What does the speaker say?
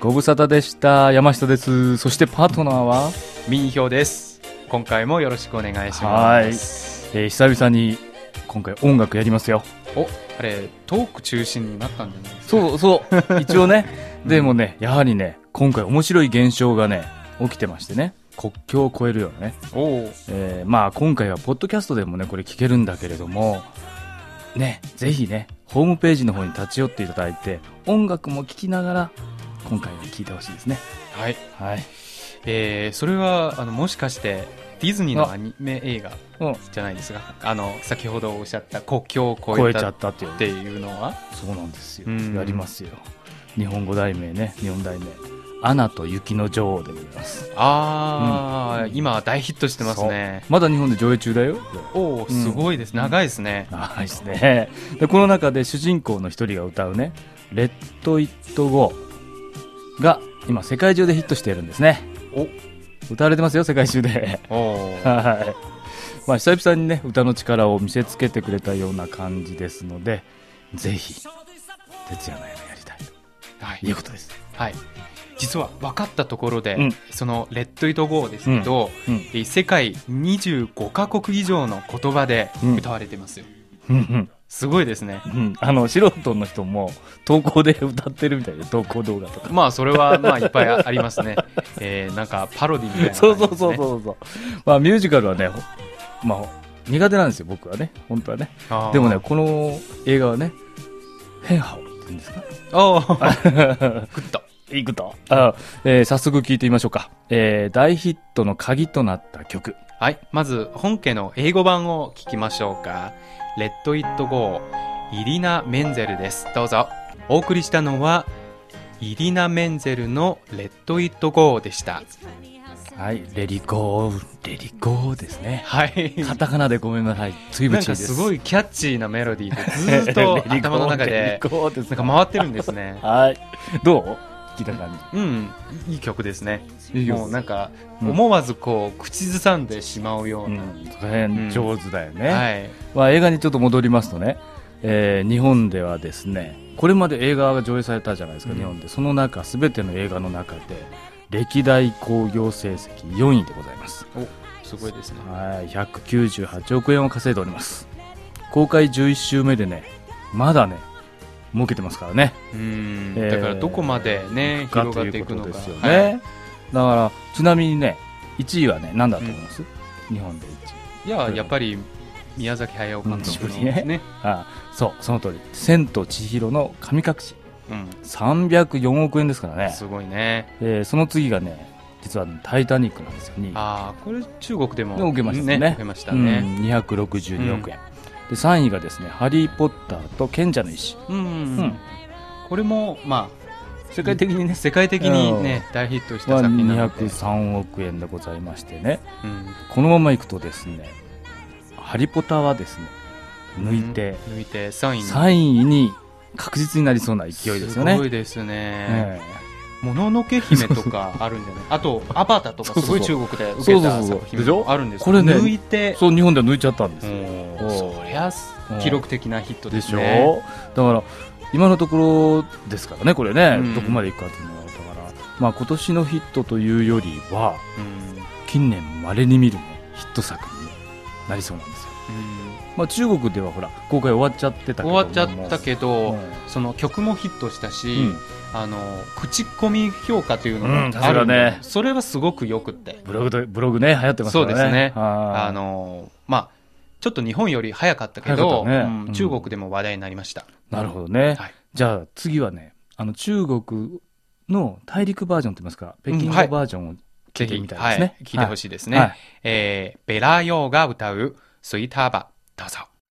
ご無沙汰でした山下ですそしてパートナーは民票です今回もよろしくお願いしはーいますえー久々に今回音楽やりますよおあれトーク中心になったんじゃないですかそうそう 一応ねでもねやはりね今回面白い現象がね起きてましてね国境を越えるようなね、おおえーまあ今回はポッドキャストでもねこれ聞けるんだけれどもねぜひねホームページの方に立ち寄っていただいて音楽も聴きながら今回は聴いてほしいですねはいはい、えー、それはあのもしかしてディズニーのアニメ映画うん、じゃないですかあの先ほどおっしゃった国境を超越ええちゃたっったっていうていうのはそうなんですようんやりますよ日本語題名ね日本題名「アナと雪の女王」でございますあー、うん今大ヒットしてますねまだ日本で上映中だよおおうんすごいです、長いですね長いですねでこの中で主人公の一人が歌うね「レッド・イット・ゴー」が今世界中でヒットしているんですねお歌われてますよ世界中で おおはいまあ久々にね歌の力を見せつけてくれたような感じですのでぜひ徹夜の夢やりたいとはいいうことですはい、実は分かったところで、うんその「レッド・イット・ゴー」ですけど、うんえー世界25カ国以上の言葉でうん歌われてますよ、うんうんすごいですねうん、あの素人の人も投稿で歌ってるみたいで投稿動画とか、まあそれ はまあいっぱいありますね、えーなんかパロディみたいな、そうそうそうそうそう、まあ、ミュージカルはね、ほまあ、苦手なんですよ僕はね本当はねあーでもねこの映画はね変派をって言うんですかおー グッといくとあ、えー早速聞いてみましょうか、えー大ヒットの鍵となった曲はいまず本家の英語版を聞きましょうか「レッド・イット・ゴー」イリナ・メンゼルですどうぞお送りしたのはイリナ・メンゼルの「レッド・イット・ゴー」でしたはい「レリゴーレリゴー」ですねはいカタカナでごめんなさいついぶなんちでかすすごいいキャッチーなメロディーで ずーっと頭の中でですなんか回ってるんで すね。はいどう聞いた感じうん、いい曲ですね。いいよもうなんかうん思わずこう口ずさんでしまうような。そこら辺上手だよね、はい。まあ、映画にちょっと戻りますとね、えー日本ではですねこれまで映画が上映されたじゃないですか、うん日本でその中全ての映画の中で歴代興行成績4位でございますすごいですね。はい198億円を稼いでおります公開11週目でねまだね儲けてますからねうん。えーだからどこまでねが広がっていくのとか。うことですよはいね、だからちなみにね1位はね何だと思います、日本で1位いややっぱり宮崎駿監督のうんね。あそうその通り「千と千尋の神隠しうん。」 304億円ですからねすごいね。えーその次がね実はね、タイタニック」なんですよねああこれ中国でもでも受けましたね受けましたね。うん、262億円、で3位がですね「ハリー・ポッターと賢者の石うんうん。これもまあ。世界的にね世界的にね大ヒット」したは作品なので、 203億円でございましてねうんこのままいくとですね「ハリポタ」はですね抜いて抜いて3位に3位に確実になりそうな勢いですよねすごいですねええもののけ姫とかあるんじゃないあとアバターとかすごい中国でそ受うけそうたそう作品でしょもあるんですこれね抜いてそう日本では抜いちゃったんですよもおうーそりゃ記録的なヒットででしすょ、ねだから今のところですからねこれね、うんどこまでいくかっていうのはだから、まあ、今年のヒットというよりはうん近年まれに見る、ね、ヒット作になりそうなんですよ、まあ、中国ではほら公開終わっちゃってたけど終もわっちゃったけうどんその曲もヒットしたし、うんあの口コミ評価というのうんもあるんで、さすがねそれはすごくよくってブログでブログね流行ってますからねそうですはねいあのまあちょっと日本より早かったけ早ど、かったねうん中国でも話題になりました、なるほどね、はいじゃあ次はねあの中国の大陸バージョンといいますか北京うのんはいバージョンを聞いてみたいですはねい、聞いてほしいいですでね、えーベラヨーが歌う「スイターバ」どうぞ